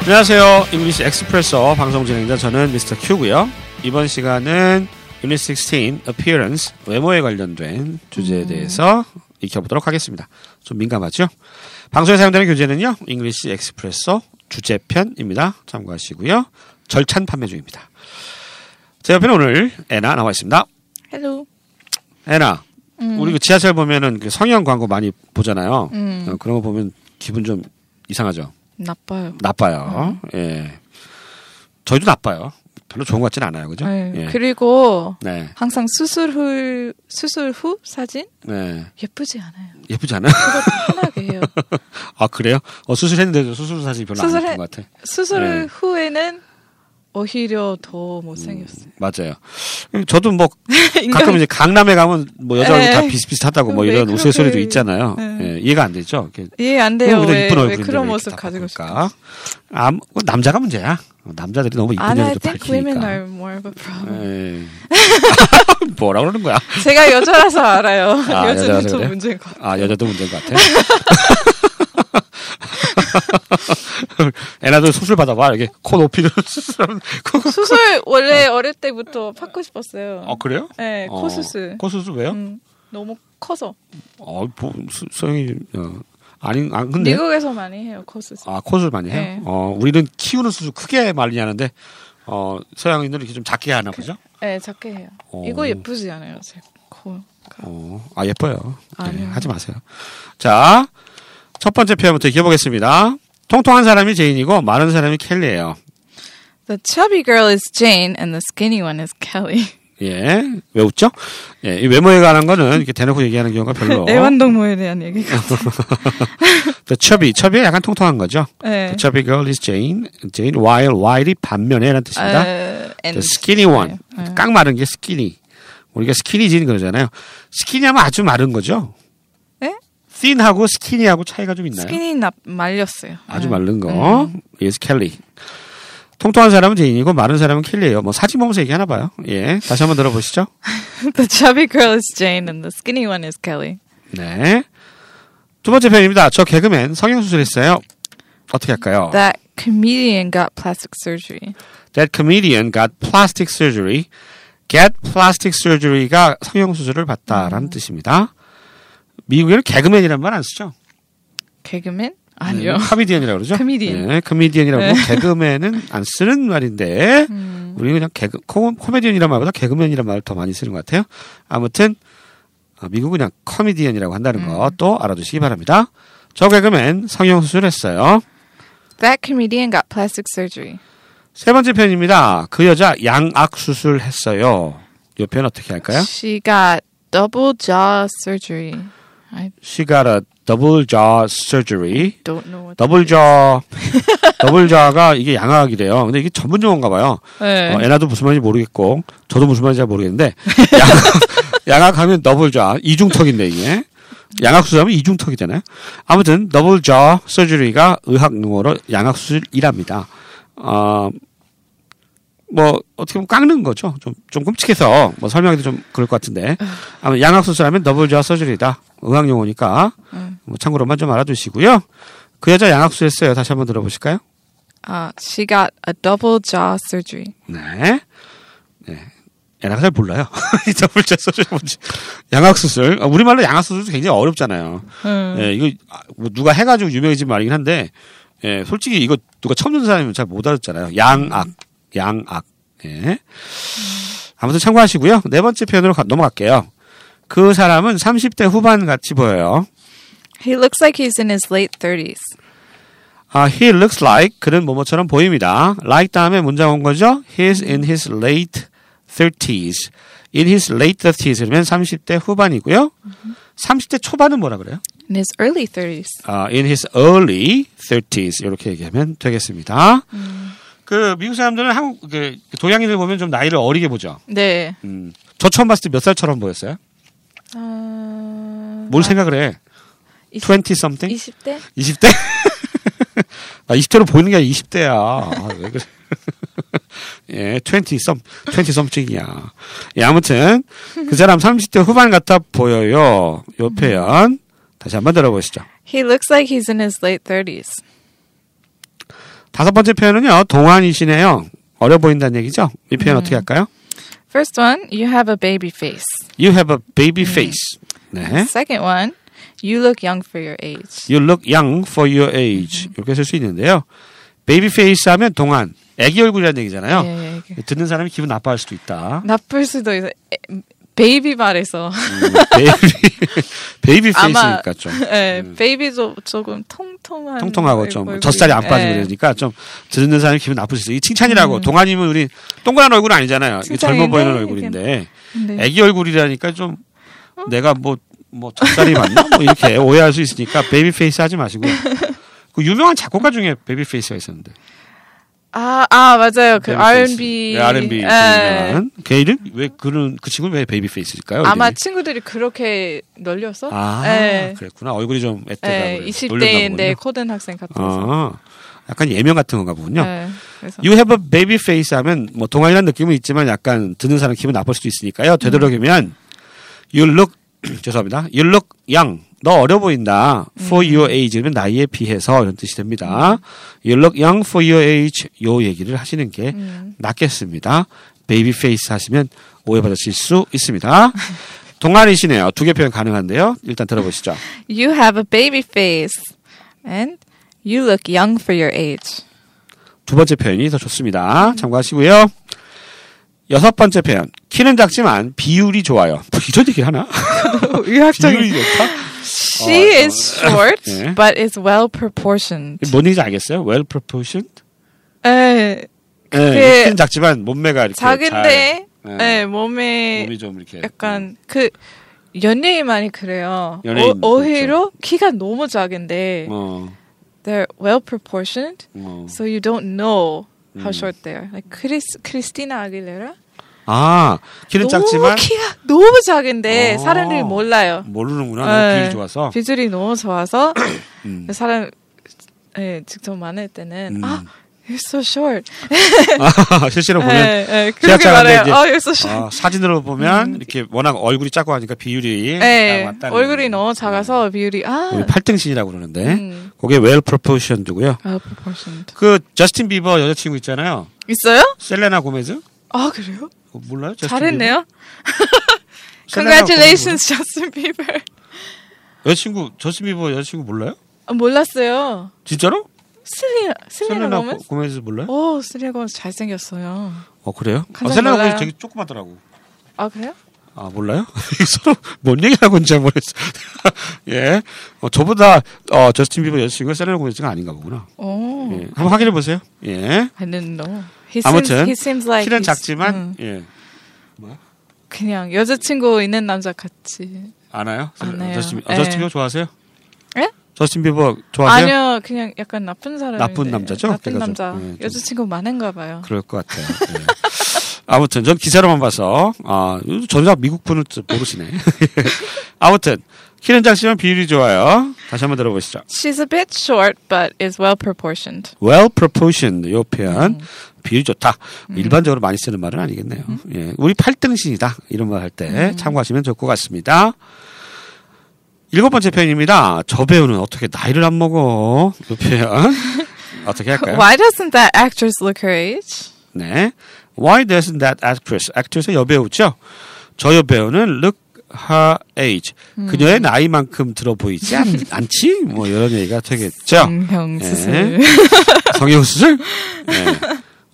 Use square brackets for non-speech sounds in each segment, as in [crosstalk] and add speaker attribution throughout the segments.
Speaker 1: 안녕하세요. 잉글리시 엑스프레소 방송 진행자 저는 미스터 큐고요. 이번 시간은 English 16 Appearance 외모에 관련된
Speaker 2: 음.
Speaker 1: 주제에 대해서 익혀보도록 하겠습니다. 좀 민감하죠? 방송에 사용되는 교재는요. 잉글리시 엑스프레소 주제편입니다. 참고하시고요. 절찬 판매 중입니다. 제 옆에는 오늘 애나 나와 있습니다.
Speaker 2: 헬로.
Speaker 1: 애나
Speaker 2: 음.
Speaker 1: 우리 그 지하철 보면은 그 성형 광고 많이 보잖아요.
Speaker 2: 음.
Speaker 1: 어, 그런 거 보면 기분 좀 이상하죠?
Speaker 2: 나빠요.
Speaker 1: 나빠요.
Speaker 2: 음.
Speaker 1: 예. 저희도 나빠요. 별로 좋은 것 같진 않아요. 그죠?
Speaker 2: 네.
Speaker 1: 예.
Speaker 2: 그리고
Speaker 1: 네.
Speaker 2: 항상 수술 후 수술 후 사진
Speaker 1: 네.
Speaker 2: 예쁘지 않아요.
Speaker 1: 예쁘지 않아요? [laughs]
Speaker 2: 편하게 해요.
Speaker 1: 아, 그래요? 어, 수술했는데도 수술 사실 별로
Speaker 2: 수술해-
Speaker 1: 안 예쁜 것 같아.
Speaker 2: 수술
Speaker 1: 네.
Speaker 2: 후에는 오히려 더 못생겼어요.
Speaker 1: 맞아요. 저도 뭐
Speaker 2: 인간-
Speaker 1: 가끔 이제 강남에 가면 뭐 여자 얼굴 다
Speaker 2: 에이.
Speaker 1: 비슷비슷하다고 뭐
Speaker 2: 왜
Speaker 1: 이런
Speaker 2: 그렇게-
Speaker 1: 우스갯소리도 있잖아요.
Speaker 2: 네.
Speaker 1: 예, 이해가 안 되죠? 이렇게 어,
Speaker 2: 이해 예, 안 돼요.
Speaker 1: 그냥
Speaker 2: 왜,
Speaker 1: 이쁜
Speaker 2: 왜
Speaker 1: 얼굴인데 뭐
Speaker 2: 그런
Speaker 1: 이렇게
Speaker 2: 모습
Speaker 1: 다
Speaker 2: 가지고 싶어?
Speaker 1: 바꿀까? 아, 뭐 남자가 문제야. 어, 남자들이 너무 이쁜
Speaker 2: And I
Speaker 1: 여자도
Speaker 2: think women
Speaker 1: 밝히니까.
Speaker 2: are more of a problem.
Speaker 1: 예.
Speaker 2: [laughs]
Speaker 1: [laughs] 뭐라 그러는 거야?
Speaker 2: 제가 여자라서 알아요.
Speaker 1: 네. 아,
Speaker 2: [laughs] 여자는
Speaker 1: 여자라서
Speaker 2: 좀
Speaker 1: 그래요? [laughs]
Speaker 2: 문제인 것 같아요.
Speaker 1: 아 여자도 문제인 것 같아. [laughs] 애나도 수술 받아봐 이렇게 코 높이를 [laughs] 수술하면 그거-
Speaker 2: 수술 원래 어릴 때부터 받고 싶었어요.
Speaker 1: 어 그래요?
Speaker 2: 네, 코
Speaker 1: 어,
Speaker 2: 수술.
Speaker 1: 코 수술 왜요?
Speaker 2: 음, 너무 커서
Speaker 1: 어 뭐, 수- 소영이 어, 아니 안 근데
Speaker 2: 미국에서 많이 해요 코 수술.
Speaker 1: 아 코 수술 많이 해요.
Speaker 2: 네.
Speaker 1: 어 우리는 키우는 수술 크게 많이 하는데 어 서양인들은 이렇게 좀 작게 하나 보죠.
Speaker 2: 네, 작게 해요.
Speaker 1: 어.
Speaker 2: 이거 예쁘지 않아요, 제 코.
Speaker 1: 어아 예뻐요. 네,
Speaker 2: 그. 아니요.
Speaker 1: 하지 마세요. 자 첫 번째 표현부터 읽어보겠습니다. 통통한 사람이 제인이고 마른 사람이 켈리예요.
Speaker 2: The chubby girl is Jane and the skinny one is Kelly.
Speaker 1: 예, 왜 웃죠? 예, 이 외모에 관한 거는 이렇게 대놓고 얘기하는 경우가 별로.
Speaker 2: 네, 애완동물에 대한 얘기가.
Speaker 1: The chubby, chubby 약간 통통한 거죠.
Speaker 2: 네.
Speaker 1: The chubby girl is Jane, Jane while while이 반면에라는 뜻입니다.
Speaker 2: 에, and
Speaker 1: The skinny one,
Speaker 2: 아, 네.
Speaker 1: 깡 마른 게 skinny. 우리가 skinny 진 그러잖아요. skinny하면 아주 마른 거죠.
Speaker 2: 네?
Speaker 1: thin하고 skinny하고 차이가 좀 있나요?
Speaker 2: skinny 나 말렸어요.
Speaker 1: 아주
Speaker 2: 네.
Speaker 1: 마른 거. Is Kelly. 통통한 사람은 제인이고 마른 사람은 켈리예요. 뭐 사진 보면서 얘기하나 봐요. 예, 다시 한번 들어보시죠.
Speaker 2: [laughs] the chubby girl is Jane and the skinny one is Kelly.
Speaker 1: 네. 두 번째 편입니다. 저 개그맨 성형수술했어요. 어떻게 할까요?
Speaker 2: That comedian got plastic surgery.
Speaker 1: That comedian got plastic surgery. Get plastic surgery가 성형수술을 받다라는 뜻입니다. 미국에는 개그맨이란 말 안 쓰죠?
Speaker 2: 개그맨? 아니요.
Speaker 1: 커미디언이라고 음, 그러죠?
Speaker 2: Comedian.
Speaker 1: 네, 커미디언이라고
Speaker 2: 네.
Speaker 1: 개그맨은 안 쓰는 말인데
Speaker 2: 음.
Speaker 1: 우리는 그냥 개그 코, 코미디언이란 말보다 개그맨이란 말을 더 많이 쓰는 것 같아요. 아무튼 아, 미국은 그냥 커미디언이라고 한다는
Speaker 2: 음.
Speaker 1: 거 또 알아두시기 바랍니다. 저 개그맨 성형수술했어요.
Speaker 2: [laughs] That comedian got plastic surgery.
Speaker 1: 세 번째 편입니다. 그 여자 양악 수술했어요. 이 표현 어떻게 할까요?
Speaker 2: She got double jaw surgery. I
Speaker 1: She got a double jaw surgery.
Speaker 2: don't know what.
Speaker 1: 더블 저
Speaker 2: [laughs]
Speaker 1: 더블 저가 이게 양악이래요. 근데 이게 전문 용어인가 봐요.
Speaker 2: 네.
Speaker 1: 어, 애나도 무슨 말인지 모르겠고 저도 무슨 말인지 잘 모르겠는데 [laughs] 양악, 양악하면 더블 저 이중턱인데 이게 양악 수술하면 이중턱이잖아요. 아무튼 더블 저 서주리가 의학 용어로 양악 수술이랍니다. 어, 뭐 어떻게 보면 깎는 거죠. 좀, 좀 끔찍해서 뭐 설명하기도 좀 그럴 것 같은데 아무 양악 수술하면 더블 저 서주리다. 의학 용어니까 뭐 참고로만 좀 알아두시고요. 그 여자 양악 수술했어요. 다시 한번 들어보실까요?
Speaker 2: Uh, she got a double jaw surgery.
Speaker 1: 네. 네. 애나가 잘 몰라요. [laughs] 이 더블자 수술 뭔지. 양악수술. 아, 우리말로 양악수술도 굉장히 어렵잖아요.
Speaker 2: 음.
Speaker 1: 예, 이거, 아, 뭐 누가 해가지고 유명해진 말이긴 한데, 예, 솔직히 이거 누가 처음 듣는 사람이면 잘 못 알았잖아요. 양악. 양악. 예. 아무튼 참고하시고요. 네 번째 표현으로 가- 넘어갈게요. 그 사람은 30대 후반 같이 보여요.
Speaker 2: He looks like he's in his late 30s.
Speaker 1: 아, he looks like 그는 뭐뭐처럼 보입니다. like 다음에 문장 온 거죠? He's in his late 30s. in his late 30s 그러면 30대 후반이고요. 30대 초반은 뭐라 그래요?
Speaker 2: In his early 30s.
Speaker 1: 아, in his early 30s 이렇게 얘기하면 되겠습니다. 그 미국 사람들은 한국 그 동양인들 보면 좀 나이를 어리게 보죠.
Speaker 2: 네.
Speaker 1: 음. 저 처음 봤을 때 몇 살처럼 보였어요?
Speaker 2: 아,
Speaker 1: 뭘 생각을 해? 20
Speaker 2: 이십-
Speaker 1: something?
Speaker 2: 20대?
Speaker 1: 20대? [laughs] 나 20대로 보이는 게 아니라 20대야. 아, 왜 그래. [laughs] 예, 20 썸, 20 썸씽이야. 예, 아무튼, 그 사람 30대 후반 같아 보여요. 요 표현. 다시 한번 들어보시죠.
Speaker 2: He looks like he's in his late 30s.
Speaker 1: 다섯 번째 표현은요. 동안이시네요. 어려 보인다는 얘기죠. 이 표현 어떻게 할까요?
Speaker 2: First one, you have a baby face.
Speaker 1: You have a baby face. 네.
Speaker 2: Second one, you look young for your age.
Speaker 1: You look young for your age. 이렇게 쓸 수 있는데요. baby face 하면 동안, 애기 얼굴이라는 얘기잖아요.
Speaker 2: 예, 예, 이게.
Speaker 1: 듣는 사람이 기분 나빠할 수도 있다.
Speaker 2: 나쁠 수도 있어. 베이비 말해서 [laughs]
Speaker 1: 음, 베이비, [laughs] 베이비
Speaker 2: 아마
Speaker 1: 페이스니까 좀
Speaker 2: [laughs] 예, 베이비도 조금 통통한
Speaker 1: 음. 통통하고
Speaker 2: 얼굴이-
Speaker 1: 좀 젖살이 안 빠지고
Speaker 2: 예. 음.
Speaker 1: 그러니까 좀 듣는 사람이 기분 나쁠 수 있어요. 이 칭찬이라고 동안이면 우리 동그란 얼굴 아니잖아요. 이게 젊어
Speaker 2: 칭찬인데
Speaker 1: 보이는
Speaker 2: 이게-
Speaker 1: 얼굴인데
Speaker 2: 네.
Speaker 1: 애기 얼굴이라니까 좀 내가 뭐, 뭐 젖살이 맞나? 뭐 이렇게 오해할 수 있으니까 베이비 페이스 하지 마시고.
Speaker 2: [laughs]
Speaker 1: 그 유명한 작곡가 중에 베이비 페이스가 있었는데.
Speaker 2: 아, 아 맞아요. 그
Speaker 1: 베이비 페이스.
Speaker 2: R&B
Speaker 1: 네, R&B. 그
Speaker 2: 예.
Speaker 1: 유명한. 걔 이름? 왜, 그런, 그 친구는 왜 베이비 페이스일까요?
Speaker 2: 아마
Speaker 1: 이름이?
Speaker 2: 친구들이 그렇게 널려서
Speaker 1: 아,
Speaker 2: 예.
Speaker 1: 그랬구나. 얼굴이 좀
Speaker 2: 예,
Speaker 1: 애때가.
Speaker 2: 20대인데 코든 학생 같아서
Speaker 1: 아, 약간 예명 같은 건가 보군요.
Speaker 2: 예, 그래서
Speaker 1: You have a baby face 하면 뭐 동안이라는 느낌은 있지만 약간 듣는 사람 기분 나쁠 수도 있으니까요. 되도록이면 you look [clears throat] 죄송합니다. you look young 너 어려 보인다. for your age는 나이에 비해서 이런 뜻이 됩니다. you look young for your age 요 얘기를 하시는 게 낫겠습니다. baby face 하시면 오해받으실 수 있습니다. 동안이시네요. 두 개 표현 가능한데요. 일단 들어보시죠.
Speaker 2: You have a baby face and you look young for your age.
Speaker 1: 두 번째 표현이 더 좋습니다. 참고하시고요. 여섯 번째 표현. 키는 작지만 비율이 좋아요. 뭐 이런 얘기를 하나? [laughs] [laughs] 비율이 좋다?
Speaker 2: She
Speaker 1: 어,
Speaker 2: is short
Speaker 1: 예.
Speaker 2: but is well proportioned.
Speaker 1: 뭔 얘기인지 알겠어요? Well proportioned?
Speaker 2: 예,
Speaker 1: 네,
Speaker 2: 그게
Speaker 1: 키는 작지만 몸매가 이렇게
Speaker 2: 작은데
Speaker 1: 그 잘,
Speaker 2: 예,
Speaker 1: 네,
Speaker 2: 몸에
Speaker 1: 몸이 좀 이렇게
Speaker 2: 약간 그 연예인 많이 그래요.
Speaker 1: 연예인 그렇죠.
Speaker 2: 어, 오히려 키가 너무 작은데
Speaker 1: 어,
Speaker 2: they're well proportioned,
Speaker 1: 어. 음.
Speaker 2: so you don't know how short they are. Like Chris, Christina Aguilera.
Speaker 1: 아, 키는
Speaker 2: 너무
Speaker 1: 작지만
Speaker 2: 키가 너무 작은데
Speaker 1: 어.
Speaker 2: 사람들이 몰라요.
Speaker 1: 모르는구나.
Speaker 2: 예.
Speaker 1: 너무 비율이 좋아서.
Speaker 2: 비율이
Speaker 1: [clears throat]
Speaker 2: 너무 좋아서 그 사람 예, 직접 만날 때는
Speaker 1: 음.
Speaker 2: 아, you're so short.
Speaker 1: 아, [laughs] 실제로 보면
Speaker 2: 예, 예, 그렇게
Speaker 1: 지하철
Speaker 2: 말해요.
Speaker 1: 안에 이제-
Speaker 2: 아, you're so short.
Speaker 1: 아, 사진으로 보면 이렇게 워낙 얼굴이 작고 하니까 비율이
Speaker 2: 예,
Speaker 1: 딱 맞다는 음.
Speaker 2: 음.
Speaker 1: 네.
Speaker 2: 얼굴이 너무 작아서 비율이 아,
Speaker 1: 우리 팔등신이라고 그러는데
Speaker 2: 음.
Speaker 1: 그게 well proportioned고요.
Speaker 2: well 아, proportioned.
Speaker 1: 그 저스틴 비버 여자친구 있잖아요.
Speaker 2: 있어요?
Speaker 1: 셀레나 고메즈?
Speaker 2: 아, 그래요?
Speaker 1: 어, 몰라요? 저스틴
Speaker 2: 잘했네요.
Speaker 1: 비버? 셀레나
Speaker 2: Congratulations, Justin Bieber.
Speaker 1: 고메즈. 여자친구 저스틴 비버 여자친구 몰라요?
Speaker 2: 아, 몰랐어요.
Speaker 1: 진짜로?
Speaker 2: 슬리나, 슬리나
Speaker 1: 셀레나
Speaker 2: 고먼?
Speaker 1: 고- 고메즈 몰라요? 어,
Speaker 2: 오, 슬리나 고먼 잘생겼어요.
Speaker 1: 그래요? 아,
Speaker 2: 가장
Speaker 1: 셀레나
Speaker 2: 몰라요.
Speaker 1: 고메즈 되게 조그맣더라고.
Speaker 2: 아, 그래요?
Speaker 1: 아 몰라요? [laughs] 서로 뭔 얘기하고 있는지 잘 모르겠어. [laughs] 예, 어, 저보다 어, 저스틴 비버 여자친구가 셀레나 고메즈가 아닌가 보구나.
Speaker 2: 오.
Speaker 1: 예, 한번 확인해 보세요. 예,
Speaker 2: I didn't know. He seems,
Speaker 1: 아무튼
Speaker 2: he seems like
Speaker 1: 키는
Speaker 2: he's-
Speaker 1: 작지만
Speaker 2: 응.
Speaker 1: 예,
Speaker 2: 그냥 여자친구 있는 남자 같이.
Speaker 1: 안아요.
Speaker 2: 안아요.
Speaker 1: 저스틴, 비- 어,
Speaker 2: 예.
Speaker 1: 저스틴 비버 좋아하세요?
Speaker 2: 예?
Speaker 1: 저스틴 비버 좋아하세요?
Speaker 2: 아니요, 그냥 약간 나쁜 사람.
Speaker 1: 나쁜 남자죠?
Speaker 2: 나쁜
Speaker 1: 그래가지고,
Speaker 2: 남자.
Speaker 1: 예, 좀-
Speaker 2: 여자친구 많은가 봐요.
Speaker 1: 그럴 것 같아요. 예. [laughs] 아무튼 전 기사로만 봐서 아 전혀 미국 분을 좀 모르시네. [laughs] 아무튼 키는 작지만 비율이 좋아요. 다시 한번 들어보시죠.
Speaker 2: She's a bit short, but is well proportioned.
Speaker 1: Well proportioned 요 표현 비율이 좋다. 일반적으로 많이 쓰는 말은 아니겠네요. 예, 우리 팔등신이다 이런 말 할 때 참고하시면 좋을 것 같습니다. 일곱 번째 표현입니다. 저 배우는 어떻게 나이를 안 먹어? 요 표현 어떻게 할까요?
Speaker 2: Why doesn't that actress look her age?
Speaker 1: 네. Why doesn't that actress? actress의 여배우죠. 저 여배우는 look her age.
Speaker 2: 음.
Speaker 1: 그녀의 나이만큼 들어 보이지
Speaker 2: [laughs]
Speaker 1: 않, 않지? 뭐 이런 얘기가 되겠죠.
Speaker 2: 성형
Speaker 1: 예.
Speaker 2: 수술.
Speaker 1: [laughs] 성형
Speaker 2: [laughs]
Speaker 1: 수술? 네.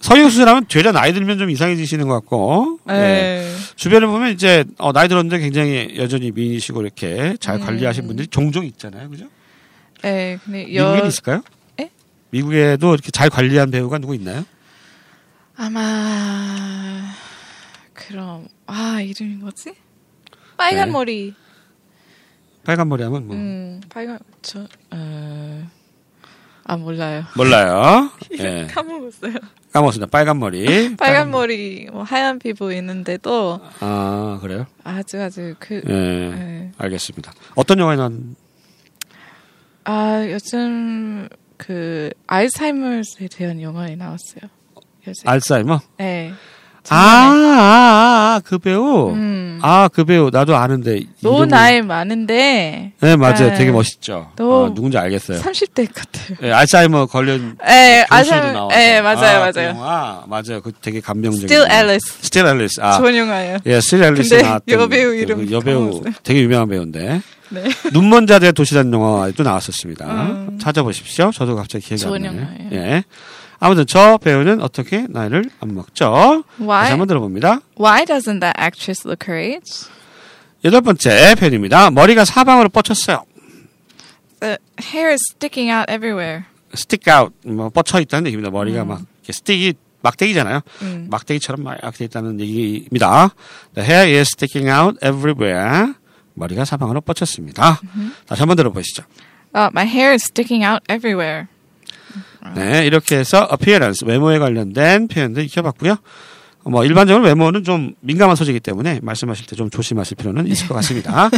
Speaker 1: 성형 수술하면 되려 나이 들면 좀 이상해지시는 것 같고. 예.
Speaker 2: 예.
Speaker 1: 주변에 보면 이제 어, 나이 들었는데 굉장히 여전히 미인이시고 이렇게
Speaker 2: 음.
Speaker 1: 잘 관리하신 분들이 종종 있잖아요, 그죠?
Speaker 2: 예, 근데
Speaker 1: 미국에는
Speaker 2: 여
Speaker 1: 있을까요?
Speaker 2: 예?
Speaker 1: 미국에도 이렇게 잘 관리한 배우가 누구 있나요?
Speaker 2: 아마 그럼 아 이름이 뭐지? 빨간
Speaker 1: 네.
Speaker 2: 머리.
Speaker 1: 빨간 머리 하면 뭐
Speaker 2: 음, 빨간 저 어. 아 몰라요. [laughs]
Speaker 1: 몰라요. 예.
Speaker 2: 까먹었어요.
Speaker 1: 까먹었습니다. 빨간 머리.
Speaker 2: [laughs] 빨간 머리, 뭐 하얀 피부 있는데도
Speaker 1: 아 그래요?
Speaker 2: 아주 아주 그
Speaker 1: 예.
Speaker 2: 예.
Speaker 1: 알겠습니다. 어떤 영화에 난?
Speaker 2: 아 요즘 그 알츠하이머에 대한 영화에 나왔어요. 요새.
Speaker 1: 알츠하이머.
Speaker 2: 네.
Speaker 1: 아, 아, 아, 그 배우.
Speaker 2: 음.
Speaker 1: 아, 그 배우. 나도 아는데.
Speaker 2: 너무
Speaker 1: 이름을-
Speaker 2: 나이 많은데
Speaker 1: 네, 맞아요.
Speaker 2: 네.
Speaker 1: 되게 멋있죠.
Speaker 2: 너무-
Speaker 1: 어, 누군지 알겠어요.
Speaker 2: 30대 같아요.
Speaker 1: 예, 알츠하이머 걸린
Speaker 2: 예,
Speaker 1: 그 교수도
Speaker 2: 아사-
Speaker 1: 나와서.
Speaker 2: 예, 맞아요,
Speaker 1: 아, 그
Speaker 2: 맞아요.
Speaker 1: 영화? 맞아요. 그 되게 감명적인.
Speaker 2: Still Alice.
Speaker 1: Still Alice. 아.
Speaker 2: 좋은 영화예요.
Speaker 1: 예, Still Alice
Speaker 2: 근데
Speaker 1: 나왔던
Speaker 2: 여배우
Speaker 1: 그
Speaker 2: 이름
Speaker 1: 여배우
Speaker 2: 까먹었어요.
Speaker 1: 되게 유명한 배우인데.
Speaker 2: 네.
Speaker 1: 눈먼 자들의 도시라는 영화에도 나왔었습니다.
Speaker 2: 음.
Speaker 1: 찾아보십시오. 저도 갑자기 기억이
Speaker 2: 좋은
Speaker 1: 안 나네요.
Speaker 2: 영화예요.
Speaker 1: 예. 아무튼 저 배우는 어떻게 나이를 안 먹죠? 다시
Speaker 2: Why
Speaker 1: 한번 들어봅니다.
Speaker 2: Why doesn't that actress look her age?
Speaker 1: 여덟 번째 표현입니다. 머리가 사방으로 뻗쳤어요.
Speaker 2: The hair is sticking out everywhere.
Speaker 1: stick out, 뭐 뻗쳐 있다는 얘기입니다. 머리가 막 이렇게 스틱이 막대기잖아요.
Speaker 2: 음.
Speaker 1: 막대기처럼 막 이렇게 있다는 얘기입니다. The hair is sticking out everywhere. 머리가 사방으로 뻗쳤습니다. 다시 한번 들어보시죠.
Speaker 2: Uh, my hair is sticking out everywhere.
Speaker 1: 네, 이렇게 해서 appearance, 외모에 관련된 표현들 익혀봤고요. 뭐 일반적으로 외모는 좀 민감한 소재이기 때문에 말씀하실 때 좀 조심하실 필요는 있을 것 같습니다.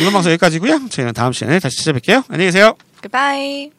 Speaker 1: 이번 방송 여기까지고요. 저희는 다음 시간에 다시 찾아뵐게요. 안녕히 계세요.
Speaker 2: Goodbye.